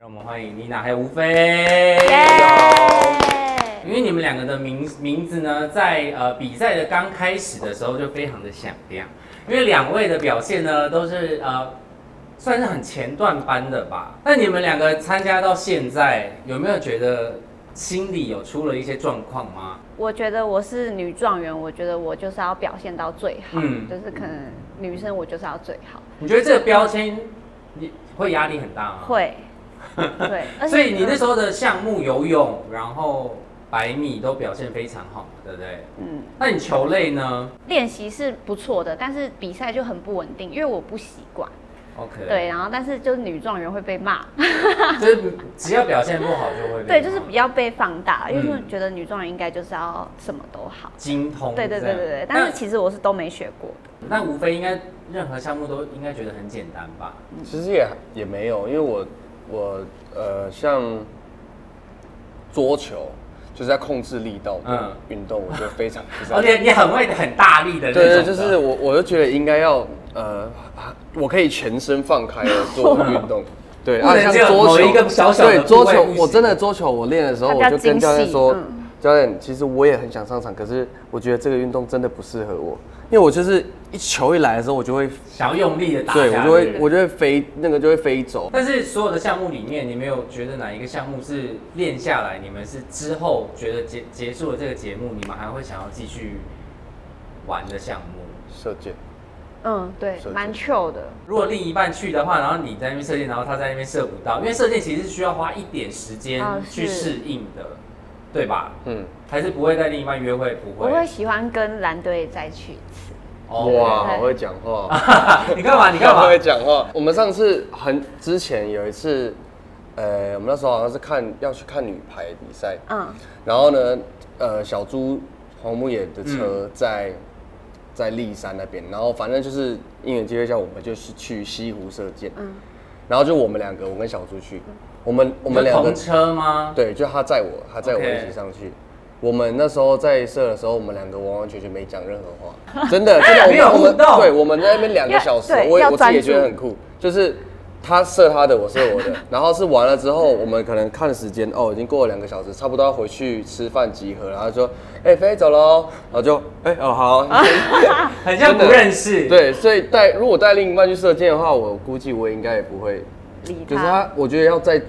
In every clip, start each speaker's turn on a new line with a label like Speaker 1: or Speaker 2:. Speaker 1: 让我们欢迎妮娜还有吴飞。因为你们两个的名名字呢，在呃比赛的刚开始的时候就非常的响亮，因为两位的表现呢都是呃算是很前段班的吧。那你们两个参加到现在，有没有觉得心里有出了一些状况吗？
Speaker 2: 我觉得我是女状元，我觉得我就是要表现到最好，
Speaker 1: 嗯
Speaker 2: 就是可能女生我就是要最好，
Speaker 1: 你觉得这个标签你会压力很大吗？。
Speaker 2: 会，对，而且
Speaker 1: 所以你那时候的项目游泳，然后百米都表现非常好，对不对？
Speaker 2: 嗯
Speaker 1: 那你球类呢
Speaker 2: 练习是不错的，但是比赛就很不稳定，因为我不习惯，
Speaker 1: ？OK。
Speaker 2: 对，然后但是就是女状元会被骂，
Speaker 1: 就是只要表现不好就会被
Speaker 2: 对，就是
Speaker 1: 骂
Speaker 2: 比较被放大，因为
Speaker 1: 嗯
Speaker 2: 觉得女状元应该就是要什么都好，
Speaker 1: 精哦通这
Speaker 2: 对
Speaker 1: 样。
Speaker 2: 对对对对，但是其实我是都没学过的，
Speaker 1: 那那无非应该任何项目都应该觉得很简单吧？
Speaker 3: 其实也也没有，因为我我呃像桌球，就是在控制力道，嗯
Speaker 1: 嗯，
Speaker 3: 运动我觉得非常非常
Speaker 1: 而且你很会很大力嗯哦的那种
Speaker 3: 对
Speaker 1: 的，
Speaker 3: 对，就是我我就觉得应该要呃，我可以全身放开的做运 动。对啊
Speaker 1: 不能只有某一个小小的
Speaker 3: 对
Speaker 1: 部位
Speaker 3: 桌球
Speaker 1: 不，行
Speaker 3: 我真的桌球，我练的时候
Speaker 2: 它比
Speaker 3: 我
Speaker 2: 较
Speaker 3: 就跟
Speaker 2: 精
Speaker 3: 教练
Speaker 2: 细
Speaker 3: 说
Speaker 2: 嗯，
Speaker 3: 教练，其实我也很想上场，可是我觉得这个运动真的不适合我，因为我就是一球一来的时候，我就会，
Speaker 1: 想要用力的打下
Speaker 3: 对
Speaker 1: 去。
Speaker 3: 我就会我就会飞，那个就会飞走。
Speaker 1: 但是所有的项目里面，你们有觉得哪一个项目是练下来，你们是之后觉得结结束了这个节目，你们还会想要继续玩的项目？
Speaker 3: 射箭，
Speaker 2: 嗯，对
Speaker 3: 是，
Speaker 2: 蛮 chill 的，
Speaker 1: 如果另一半去的话，然后你在那边射箭，然后他在那边射不到，因为射箭其实是需要花一点时间
Speaker 2: 啊是
Speaker 1: 去适应的，对吧？
Speaker 3: 嗯，
Speaker 1: 还是不会带另一半约会，不
Speaker 2: 我
Speaker 1: 会。
Speaker 2: 会喜欢跟蓝队再去一次。
Speaker 3: 哇，
Speaker 2: 对
Speaker 3: 好会讲 话。
Speaker 1: 哇， 你干嘛？你干嘛
Speaker 3: 他？会讲话。我们上次很之前有一次，呃，我们那时候好像是看要去看女排比赛，
Speaker 2: 嗯，
Speaker 3: 然后呢，呃，小猪黄木野的
Speaker 1: 嗯
Speaker 3: 车在、在骊山那边，然后反正就是因缘机会下，我们就是去西湖射箭，
Speaker 2: 嗯
Speaker 3: 然后就我们两个，我跟小猪去，我们 我们
Speaker 1: 你
Speaker 3: 两个
Speaker 1: 同车吗？
Speaker 3: 对，就他载我，他载我
Speaker 1: OK
Speaker 3: 一起上去。我们那时候在射的时候，我们两个完完全全没讲任何话，真的，真的，我
Speaker 1: 没有
Speaker 3: 们我们
Speaker 1: 互动
Speaker 3: 对，我们在那边两个小时
Speaker 2: 要，对
Speaker 3: 我也
Speaker 2: 要
Speaker 3: 我自己也
Speaker 2: 专注
Speaker 3: 觉得很酷，就是他射他的，我射我的，然后是完了之后，我们可能看时间，哦，已经过了两个小时，差不多要回去吃饭集合，然后说，哎，飞走喽，然后就，哎，哦，好，
Speaker 1: 很像不认识。，
Speaker 3: 对，所以带如果带另一半去射箭的话，我估计我应该也不会，
Speaker 2: 理
Speaker 3: 就是
Speaker 2: 他。
Speaker 3: 他，我觉得要在，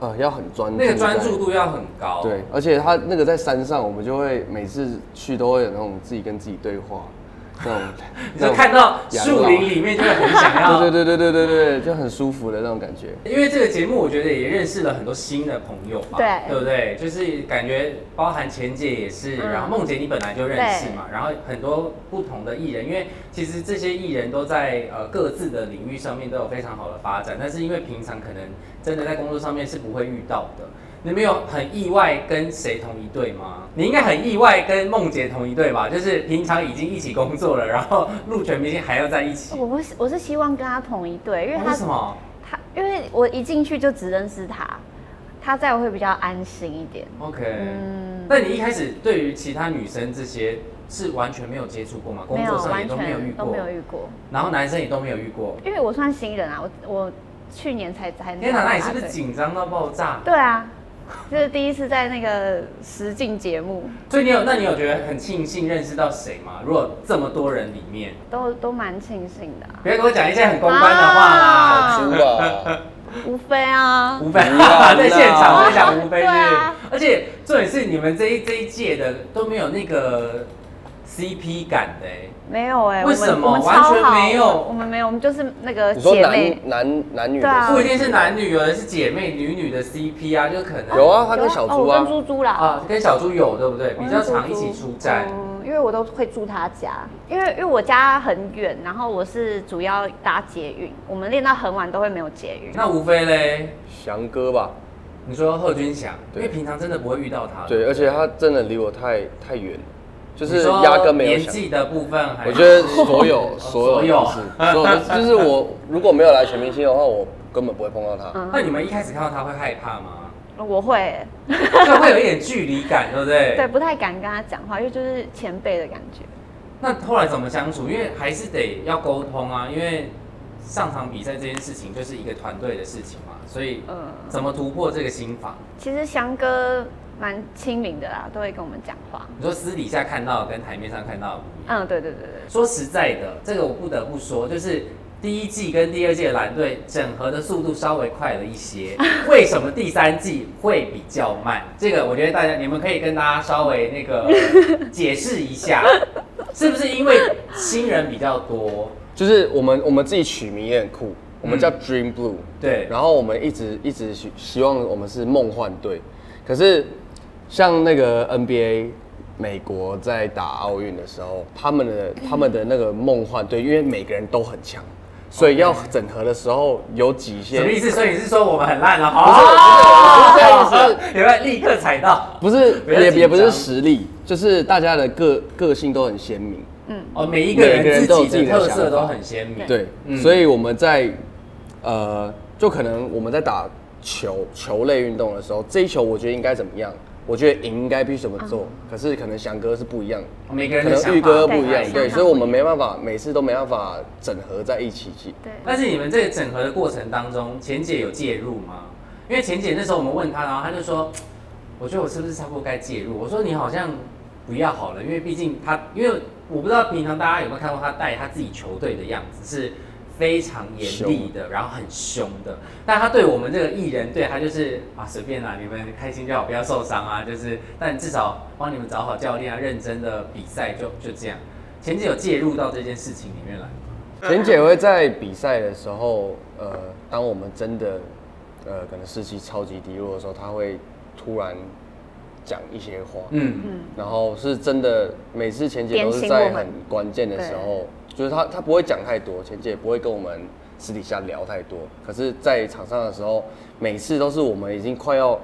Speaker 3: 呃，要很专注在，
Speaker 1: 那个专注度要很高。
Speaker 3: 对，，而且他那个在山上，我们就会每次去都会有那种自己跟自己对话，那种
Speaker 1: 你
Speaker 3: 那
Speaker 1: 就
Speaker 3: 种
Speaker 1: 看到
Speaker 3: 养
Speaker 1: 树
Speaker 3: 老
Speaker 1: 林里面就会很想要。
Speaker 3: 对对对对对对对，就很舒服的那种感觉。
Speaker 1: 因为这个节目，我觉得也认识了很多新的朋友吧，
Speaker 2: 对
Speaker 1: 对不对？就是感觉包含钱姐也是，
Speaker 2: 嗯
Speaker 1: 然后梦姐你本来就认识嘛，然后很多不同的艺人，因为其实这些艺人都在呃各自的领域上面都有非常好的发展，但是因为平常可能真的在工作上面是不会遇到的。你们有很意外跟谁同一队吗？你应该很意外跟梦姐同一队吧？就是平常已经一起工作了，然后入选明星还要在一起，
Speaker 2: 我不是，我是希望跟他同一队，因为
Speaker 1: 哦为
Speaker 2: 他
Speaker 1: 什么？
Speaker 2: 他，因为我一进去就只认识他，他在我会比较安心一点。
Speaker 1: OK，
Speaker 2: 嗯
Speaker 1: 那你一开始对于其他女生这些是完全没有接触过吗？工作上也
Speaker 2: 完
Speaker 1: 都没有遇
Speaker 2: 全
Speaker 1: 过，
Speaker 2: 都没有遇过，
Speaker 1: 然后男生也都没有遇过。
Speaker 2: 因为我算新人啊，我我去年才才
Speaker 1: 天哪，那你是不是
Speaker 2: 对
Speaker 1: 紧张到爆炸？
Speaker 2: 对啊，就是第一次在那个实境节目，
Speaker 1: 所以你有，那你有觉得很庆幸认识到谁吗？如果这么多人里面，
Speaker 2: 都都蛮庆幸的啊、
Speaker 1: 不要跟我讲一些很公关的话啦。
Speaker 2: 啊
Speaker 3: 猪 吧，
Speaker 2: 无非啊，
Speaker 1: 吴飞
Speaker 3: 不要啦
Speaker 1: 在现场分享吴飞是不是
Speaker 2: 对啊
Speaker 1: 而且重点是你们这一这一届的都没有那个 CP 感的、欸，
Speaker 2: 没有哎、我
Speaker 1: 为
Speaker 2: 们
Speaker 1: 什么
Speaker 2: 我们
Speaker 1: 完全
Speaker 2: 超好
Speaker 1: 没有
Speaker 2: 我们没有，我们就是那个
Speaker 3: 你说
Speaker 2: 姐妹
Speaker 3: 男。男男女
Speaker 2: 对啊
Speaker 3: 的
Speaker 1: 不一定是男女，有的是姐妹女女的 CP 啊，就可能
Speaker 3: 有啊，他跟小
Speaker 2: 哦
Speaker 3: 猪
Speaker 2: 我跟
Speaker 3: 啊，
Speaker 2: 猪猪啦，
Speaker 1: 啊，跟小猪有对不对？
Speaker 2: 我
Speaker 1: 比
Speaker 2: 跟
Speaker 1: 较
Speaker 2: 猪猪
Speaker 1: 常一起出战。
Speaker 2: 嗯，因为我都会住他家，因为因为我家很远，然后我是主要搭捷运，我们练到很晚都会没有捷运。
Speaker 1: 那无非嘞，
Speaker 3: 翔哥吧，
Speaker 1: 你说贺军翔，因
Speaker 3: 对
Speaker 1: 为平常真的不会遇到他。
Speaker 3: 对，而且他真的离我太太远，就
Speaker 1: 啊你
Speaker 3: 是
Speaker 1: 说
Speaker 3: 压根没有
Speaker 1: 年
Speaker 3: 想。
Speaker 1: 纪的部分还，
Speaker 3: 我觉得 所有所
Speaker 1: 所
Speaker 3: 有
Speaker 1: 有
Speaker 3: 都是，所有都是就是我如果没有来全明星的话，我根本不会碰到他。
Speaker 1: 那你们一开始看到他会害怕吗？
Speaker 2: 我会，
Speaker 1: 就会有一点距离感，对不对？
Speaker 2: 对，。不太敢跟他讲话，因为就是前辈的感觉。
Speaker 1: 那后来怎么相处？因为还是得要沟通啊，因为上场比赛这件事情就是一个团队的事情嘛。所以
Speaker 2: 嗯
Speaker 1: 怎么突破这个心法？
Speaker 2: 其实翔哥蛮亲民的啦，都会跟我们讲话。
Speaker 1: 你说私底下看到跟台面上看到的不一样。
Speaker 2: 嗯，对对对对，
Speaker 1: 说实在的，这个我不得不说，就是第一季跟第二季的蓝队整合的速度稍微快了一些， 为什么第三季会比较慢？这个我觉得大家你们可以跟大家稍微那个解释一下，是不是因为新人比较多？
Speaker 3: 就是我们我们自己取名也很酷，我们叫
Speaker 1: 嗯
Speaker 3: Dream Blue，、
Speaker 1: 对，
Speaker 3: 然后我们一直一直希希望我们是梦幻队，可是像那个 NBA 美国在打奥运的时候，他们的他们的那个梦幻队，因为每个人都很强，所以要整合的时候有几些
Speaker 1: 什么意思？所以你是说我们很烂了？
Speaker 3: 不是不是不是这样
Speaker 1: 哦
Speaker 3: 子，
Speaker 1: 有没有立刻踩到？
Speaker 3: 不是
Speaker 1: 不要
Speaker 3: 也
Speaker 1: 紧
Speaker 3: 也不是
Speaker 1: 张
Speaker 3: 实力，就是大家的个个性都很鲜明，
Speaker 1: 哦，每一个
Speaker 3: 每个人
Speaker 1: 人
Speaker 3: 都有
Speaker 1: 自
Speaker 3: 自己
Speaker 1: 己
Speaker 3: 的
Speaker 1: 的
Speaker 3: 想
Speaker 1: 特色
Speaker 3: 法
Speaker 1: 都很鲜明。
Speaker 3: 对，
Speaker 1: 嗯
Speaker 3: 所以我们在呃，就可能我们在打球球类运动的时候，这一球我觉得应该怎么样，我觉得赢应该必须怎么
Speaker 2: 嗯
Speaker 3: 做，可是可能翔哥是不一样，
Speaker 1: 每个
Speaker 3: 可
Speaker 1: 人的
Speaker 3: 能
Speaker 1: 想
Speaker 3: 玉
Speaker 1: 法
Speaker 3: 哥
Speaker 1: 太
Speaker 3: 不一样，
Speaker 2: 对
Speaker 3: 对，
Speaker 2: 想法
Speaker 3: 所以我们
Speaker 2: 不一
Speaker 3: 没办法每次都没办法整合在一起去。
Speaker 2: 对。
Speaker 1: 但是你们这个整合的过程当中，钱姐有介入吗？因为钱姐那时候我们问她，然后她就说，我觉得我是不是差不多该介入？我说你好像不要好了，因为毕竟她，因为我不知道平常大家有没有看过她带她自己球队的样子是。非常严厉的，然后很凶的，但她对我们这个艺人，对她就是啊随便啦，你们开心就好，不要受伤啊，就是，但至少帮你们找好教练啊，认真的比赛就就这样。钱姐有介入到这件事情里面来吗，
Speaker 3: 钱姐会在比赛的时候，呃，当我们真的呃可能士气超级低落的时候，她会突然讲一些话，
Speaker 1: 嗯
Speaker 3: 然后是真的，每次钱姐都是
Speaker 2: 点醒我
Speaker 3: 在
Speaker 2: 们
Speaker 3: 很关键的时候，就是她她不会讲太多，钱姐也不会跟我们私底下聊太多。可是，在场上的时候，每次都是我们已经快要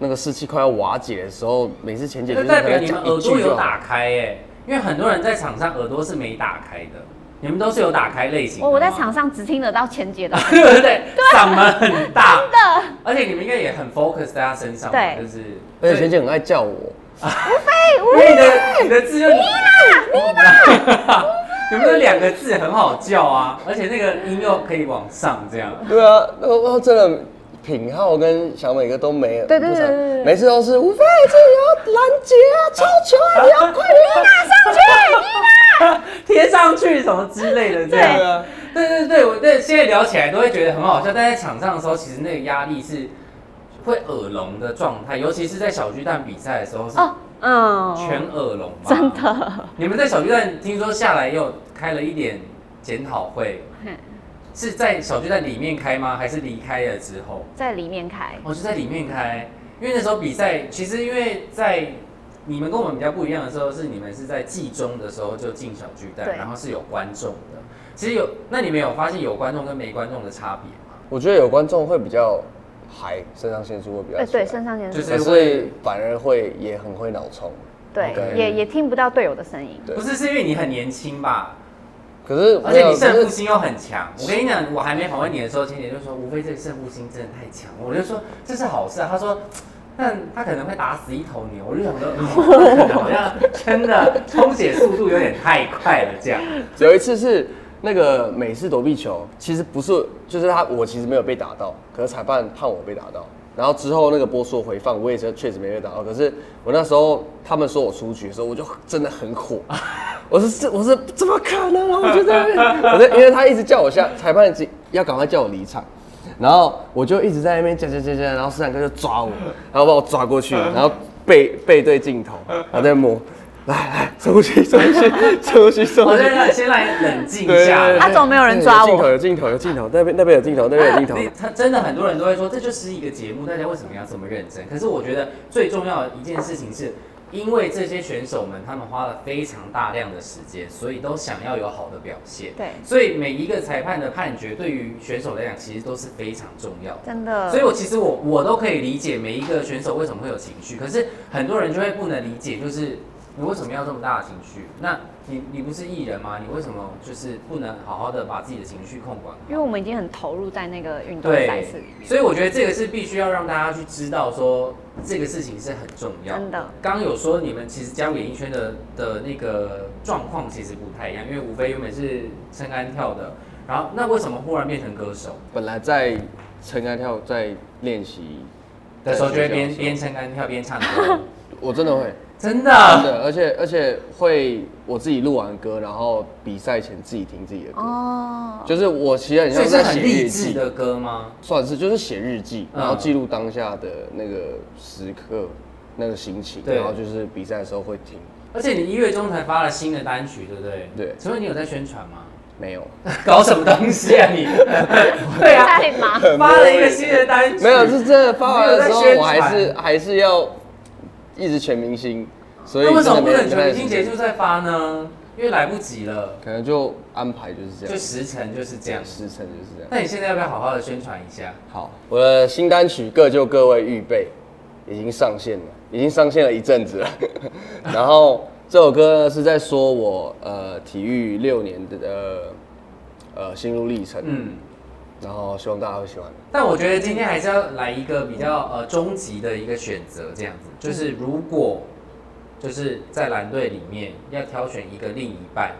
Speaker 3: 那个士气快要瓦解的时候，每次钱姐就
Speaker 1: 那代
Speaker 3: 是跟
Speaker 1: 表
Speaker 3: 她
Speaker 1: 你们
Speaker 3: 讲
Speaker 1: 耳
Speaker 3: 哎一
Speaker 1: 朵
Speaker 3: 句
Speaker 1: 有
Speaker 3: 就好。
Speaker 1: 打开耶、因为很多人在场上耳朵是没打开的，你们都是有打开类型的
Speaker 2: 哦我
Speaker 1: 吗。，
Speaker 2: 我在场啊上只听得到钱姐的
Speaker 1: 对不对？嗓门很大，真
Speaker 3: 哎
Speaker 1: 的。而且你们应该也很 focus 在他身上吧，
Speaker 2: 对
Speaker 1: 就是。
Speaker 3: 而且钱姐很爱叫我，
Speaker 1: 所以你的你的字就你啦，你啦。 你们的两个字很好叫啊，而且那个音又可以往上这样。
Speaker 3: 对啊，那那真的品浩跟小美哥都没有，
Speaker 2: 对对
Speaker 3: 不是
Speaker 2: 对对对
Speaker 3: 每次都是无非这也要拦截啊，超球啊，你要快点啊，上去。
Speaker 1: 贴上去什么之类的，这样。
Speaker 2: 对
Speaker 3: 啊
Speaker 1: 对对对，我对现在聊起来都会觉得很好笑，但在场上的时候，其实那个压力是会耳聋的状态，尤其是在小巨蛋比赛的时候是
Speaker 2: 哦，嗯，
Speaker 1: 全耳聋嘛。
Speaker 2: 真。的，
Speaker 1: 你们在小巨蛋听说下来又开了一点检讨会，
Speaker 2: 嘿
Speaker 1: 是在小巨蛋里面开吗？还是离开了之后？
Speaker 2: 在里面开，
Speaker 1: 我是在里面开，因为那时候比赛，其实因为在你们跟我们比较不一样的时候，是你们是在季中的时候就进小巨蛋，
Speaker 2: 对
Speaker 1: 然后是有观众的。其实有，那你们有发现有观众跟没观众的差别吗？
Speaker 3: 我觉得有观众会比较嗨，肾上腺素会比较
Speaker 2: 呃，对，
Speaker 3: 起来
Speaker 2: 肾上腺
Speaker 1: 就
Speaker 2: 素，
Speaker 3: 可是反而会也很会脑冲。
Speaker 2: 对
Speaker 3: OK，
Speaker 2: 也也听不到队友的声音，
Speaker 3: 对
Speaker 1: 不是，是因为你很年轻吧，
Speaker 3: 可是
Speaker 1: 而且
Speaker 3: 没
Speaker 1: 你
Speaker 3: 有
Speaker 1: 胜负
Speaker 3: 可是
Speaker 1: 心又很强。我跟你讲，我还没访问你的时候，千姐就说：“无非这个胜负心真的太强。”我就说：“这是好事啊。”她说。但他可能会打死一头牛，我就想说，嗯可能好像真的充血速度有点太快了，这样。
Speaker 3: 有一次是那个美式躲避球，其实不是，就是他我其实没有被打到，可是裁判判我被打到。然后之后那个播出回放，我也是确实没被打到。可是我那时候他们说我出局的时候，我就真的很火，我是这我是怎么可能啊？我就在那边，我就因为他一直叫我下，裁判一直要赶快叫我离场，然后我就一直在那边叫叫叫叫，然后斯坦哥就抓我，然后把我抓过去，然后背背对镜头，然后在摸，来来深呼吸深呼吸深呼吸深 呼
Speaker 1: 我
Speaker 3: 吸
Speaker 1: 先，让先来冷静
Speaker 3: 对
Speaker 1: 一下。
Speaker 2: 啊总没有人抓我
Speaker 3: 有镜头，有镜头，有镜头，那边那边有镜头，那边有镜头。
Speaker 1: 你他真的很多人都会说，这就是一个节目，大家为什么要这么认真？可是我觉得最重要的一件事情是，因为这些选手们他们花了非常大量的时间，所以都想要有好的表现。
Speaker 2: 对
Speaker 1: 所以每一个裁判的判决对于选手来讲，其实都是非常重要的。
Speaker 2: 真的，
Speaker 1: 所以我其实我我都可以理解每一个选手为什么会有情绪，可是很多人就会不能理解，就是你为什么要这么大的情绪？那你你不是艺人吗？你为什么就是不能好好的把自己的情绪控管好？
Speaker 2: 因为我们已经很投入在那个运动赛
Speaker 1: 对
Speaker 2: 事里，面，
Speaker 1: 所以我觉得这个是必须要让大家去知道说这个事情是很重要。
Speaker 2: 真的，
Speaker 1: 刚刚有说你们其实加入演艺圈的的那个状况其实不太一样，因为吴飞原本是撑杆跳的，然后那为什么忽然变成歌手？
Speaker 3: 本来在撑杆跳在练习
Speaker 1: 的时候就会边
Speaker 3: 在睡觉
Speaker 1: 边
Speaker 3: 的时候
Speaker 1: 撑杆跳边唱 歌，
Speaker 3: 我真的会，
Speaker 1: 真
Speaker 3: 真
Speaker 1: 的。
Speaker 3: 的，而且而且会我自己录完歌，然后比赛前自己听自己的歌，
Speaker 2: 哦，
Speaker 3: 就是我其实很
Speaker 1: 所
Speaker 3: 像
Speaker 1: 以是
Speaker 3: 在
Speaker 1: 很
Speaker 3: 写日
Speaker 1: 励志
Speaker 3: 记，
Speaker 1: 的歌吗？
Speaker 3: 算是就是写日记，
Speaker 1: 嗯
Speaker 3: 然后记录当下的那个时刻、那个心情，
Speaker 1: 对
Speaker 3: 然后就是比赛的时候会听。
Speaker 1: 而且你一月中才发了新的单曲，对不对？
Speaker 3: 对
Speaker 1: 请问你有在宣传吗？
Speaker 3: 没有，
Speaker 1: 搞什么东西啊你？ 对啊，
Speaker 2: 太 忙。
Speaker 1: 发了一个新的单曲，
Speaker 3: 欸没有，是真的发完的时候
Speaker 1: 没有在宣，传
Speaker 3: 我还是还是要一直全明星，所以
Speaker 1: 那为什么
Speaker 3: 真
Speaker 1: 不
Speaker 3: 的没
Speaker 1: 等
Speaker 3: 有
Speaker 1: 全
Speaker 3: 太
Speaker 1: 明星结束再发呢？因为来不及了，
Speaker 3: 可能就安排就是这
Speaker 1: 就
Speaker 3: 样，
Speaker 1: 时辰就是这样。
Speaker 3: 时辰就是这样。
Speaker 1: 那你现在要不要好好的宣传一下？
Speaker 3: 好，我的新单曲《各就各位》预备已经上线了，已经上线了一阵子了。 然后这首歌呢是在说我呃体育六年的呃呃心路历程，
Speaker 1: 嗯，
Speaker 3: 然后希望大家会喜欢。
Speaker 1: 但我觉得今天还是要来一个比较呃终极的一个选择，这样子，就是
Speaker 3: 嗯
Speaker 1: 如果就是在蓝队里面要挑选一个另一半，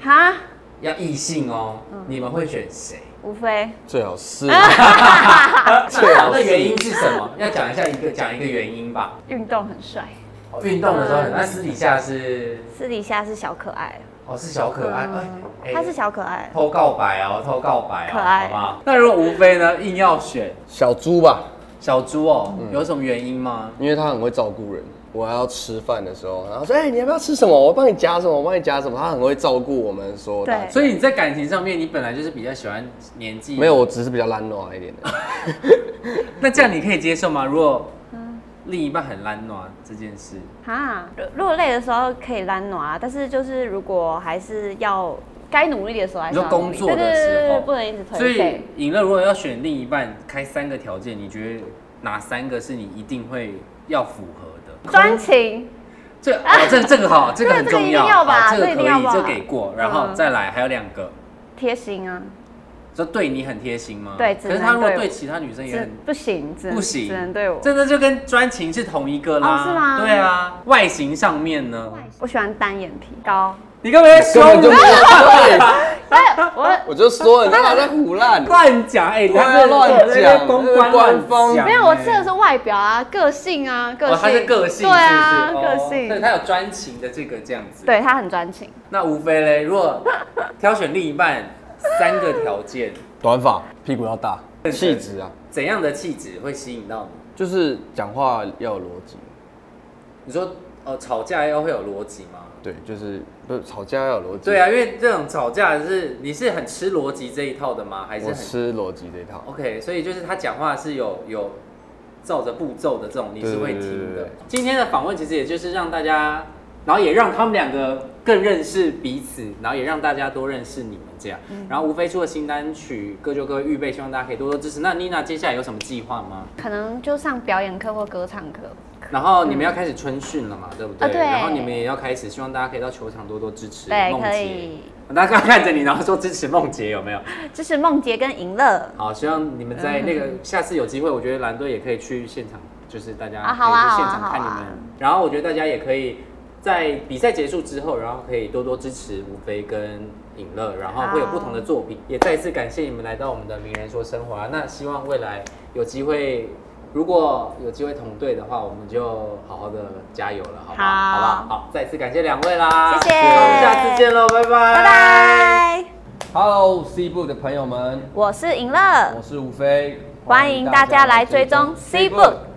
Speaker 2: 哈，
Speaker 1: 要异性哦，
Speaker 3: 嗯
Speaker 1: 你们会选谁？
Speaker 2: 无非
Speaker 3: 最好是
Speaker 1: 最好的啊原因是什么？ 要讲一下一个讲一个原因吧。
Speaker 2: 运动很帅，
Speaker 1: 哦运动的时候
Speaker 2: 嗯
Speaker 1: 很，那私底下是
Speaker 2: 私底下是小可爱，
Speaker 1: 哦是小可爱，
Speaker 2: 嗯
Speaker 1: 哎
Speaker 2: 他是小可爱，
Speaker 1: 偷告白哦，偷告白哦，
Speaker 2: 可爱
Speaker 1: 好吗？那如果吴飞呢，硬要选
Speaker 3: 小猪吧，
Speaker 1: 小猪哦，有什么原因吗？
Speaker 3: 因为他很会照顾人。我要吃饭的时候，然后说：“哎、你要不要吃什么？我帮你夹什么，我帮你夹什么。”他很会照顾我们所有大
Speaker 2: 对
Speaker 1: 所以你在感情上面，你本来就是比较喜欢年纪
Speaker 3: 没有，，我只是比较懒惰一点的。
Speaker 1: 那这样你可以接受吗？如果
Speaker 2: 嗯
Speaker 1: 另一半很懒惰啊这件事，
Speaker 2: 哈，如如果累的时候可以懒暖啊，但是就是如果还是要该努力的时候还是要
Speaker 1: 你说工作的
Speaker 2: 努力对对对
Speaker 1: 时候
Speaker 2: 对不能一直颓
Speaker 1: 所以
Speaker 2: 废。
Speaker 1: 尹乐如果要选另一半，开三个条件，你觉得哪三个是你一定会要符合的？
Speaker 2: 专情，
Speaker 1: 这哦这这个好，这个很
Speaker 2: 这个
Speaker 1: 重
Speaker 2: 一定要吧
Speaker 1: 好这个可
Speaker 2: 这个一定要
Speaker 1: 以，
Speaker 2: 吧
Speaker 1: 这个给过，然后
Speaker 2: 嗯
Speaker 1: 再来还有两个。
Speaker 2: 贴心啊，
Speaker 1: 就对你很贴心吗？
Speaker 2: 对
Speaker 1: 可
Speaker 2: 只能
Speaker 1: 是他如果
Speaker 2: 对我
Speaker 1: 对其他女生也
Speaker 2: 只
Speaker 1: 很，
Speaker 2: 不行，只能
Speaker 1: 不行
Speaker 2: 只能对我。
Speaker 1: 真的就跟专情是同一个啦。
Speaker 2: 哦是吗
Speaker 1: 对啊，外形上面呢，
Speaker 2: 我喜欢单眼皮高，
Speaker 1: 你根本在
Speaker 3: 根
Speaker 1: 说
Speaker 3: 本就没有对，
Speaker 2: 哎，我
Speaker 3: 我就说你干嘛在胡 乱？
Speaker 1: 乱讲，哎，
Speaker 3: 对啊
Speaker 1: 他是
Speaker 3: 乱讲
Speaker 1: 在公关乱
Speaker 3: 官
Speaker 1: 讲，
Speaker 3: 方
Speaker 2: 没有，我
Speaker 1: 哎
Speaker 2: 吃的是外表啊，个性啊，个
Speaker 1: 哦
Speaker 2: 性，，
Speaker 1: 他是个性，
Speaker 2: 对啊，
Speaker 1: 是不是
Speaker 2: 个
Speaker 1: 哦对，
Speaker 2: 性，
Speaker 1: 他有专情的这个这样子。，
Speaker 2: 对他很专情，
Speaker 1: 那无非嘞，如果挑选另一半，三个条件，
Speaker 3: 短发，屁股要大，气质啊，
Speaker 1: 怎样的气质会吸引到你？
Speaker 3: 就是讲话要有逻辑，
Speaker 1: 你说，呃，吵架要会有逻辑吗？
Speaker 3: 对，就是不是吵架要有逻辑。
Speaker 1: 对，啊，因为这种吵架是你是很吃逻辑这一套的吗？还是
Speaker 3: 我
Speaker 1: 很
Speaker 3: 吃逻辑这一套。
Speaker 1: OK？所以就是他讲话是有有照着步骤的这种，你是会听
Speaker 3: 对对对
Speaker 1: 的
Speaker 3: 对。
Speaker 1: 今天的访问其实也就是让大家，然后也让他们两个更认识彼此，然后也让大家多认识你们这样。
Speaker 3: 嗯
Speaker 1: 然后无非出了新单曲《各就各》预备，希望大家可以多多支持。那妮娜接下来有什么计划吗？
Speaker 2: 可能就上表演课或歌唱课。
Speaker 1: 然后
Speaker 3: 嗯
Speaker 1: 你们要开始春训了嘛，对不对？
Speaker 2: 啊对
Speaker 1: 然后你们也要开始，希望大家可以到球场多多支持
Speaker 2: 对
Speaker 1: 梦
Speaker 2: 可
Speaker 1: 洁
Speaker 2: 以。
Speaker 1: 大家看着你，然后说支持梦洁有没有？
Speaker 2: 这是梦洁跟莹乐
Speaker 1: 好，希望你们在那个 下次有机会，我觉得蓝队也可以去现场，就是大家可
Speaker 2: 啊
Speaker 1: 以
Speaker 2: 好啊
Speaker 1: 去现
Speaker 2: 好啊
Speaker 1: 场看你
Speaker 2: 好啊
Speaker 1: 们。然后我觉得大家也可以在比赛结束之后，然后可以多多支持吴飞跟尹乐，然后会有不同的作品。也再次感谢你们来到我们的名人说生活啊！那希望未来有机会。如果有机会同队的话，我们就好好的加油了，好不好？
Speaker 2: 好
Speaker 1: 好不好？好，再次感谢两位啦，
Speaker 2: 谢谢
Speaker 1: 那我们下次见喽，拜拜，
Speaker 2: 拜。拜，
Speaker 4: Hello C 部的朋友们，
Speaker 2: 我是莹乐
Speaker 4: 我，是吴飞，
Speaker 2: 欢迎大家来追踪 C Book。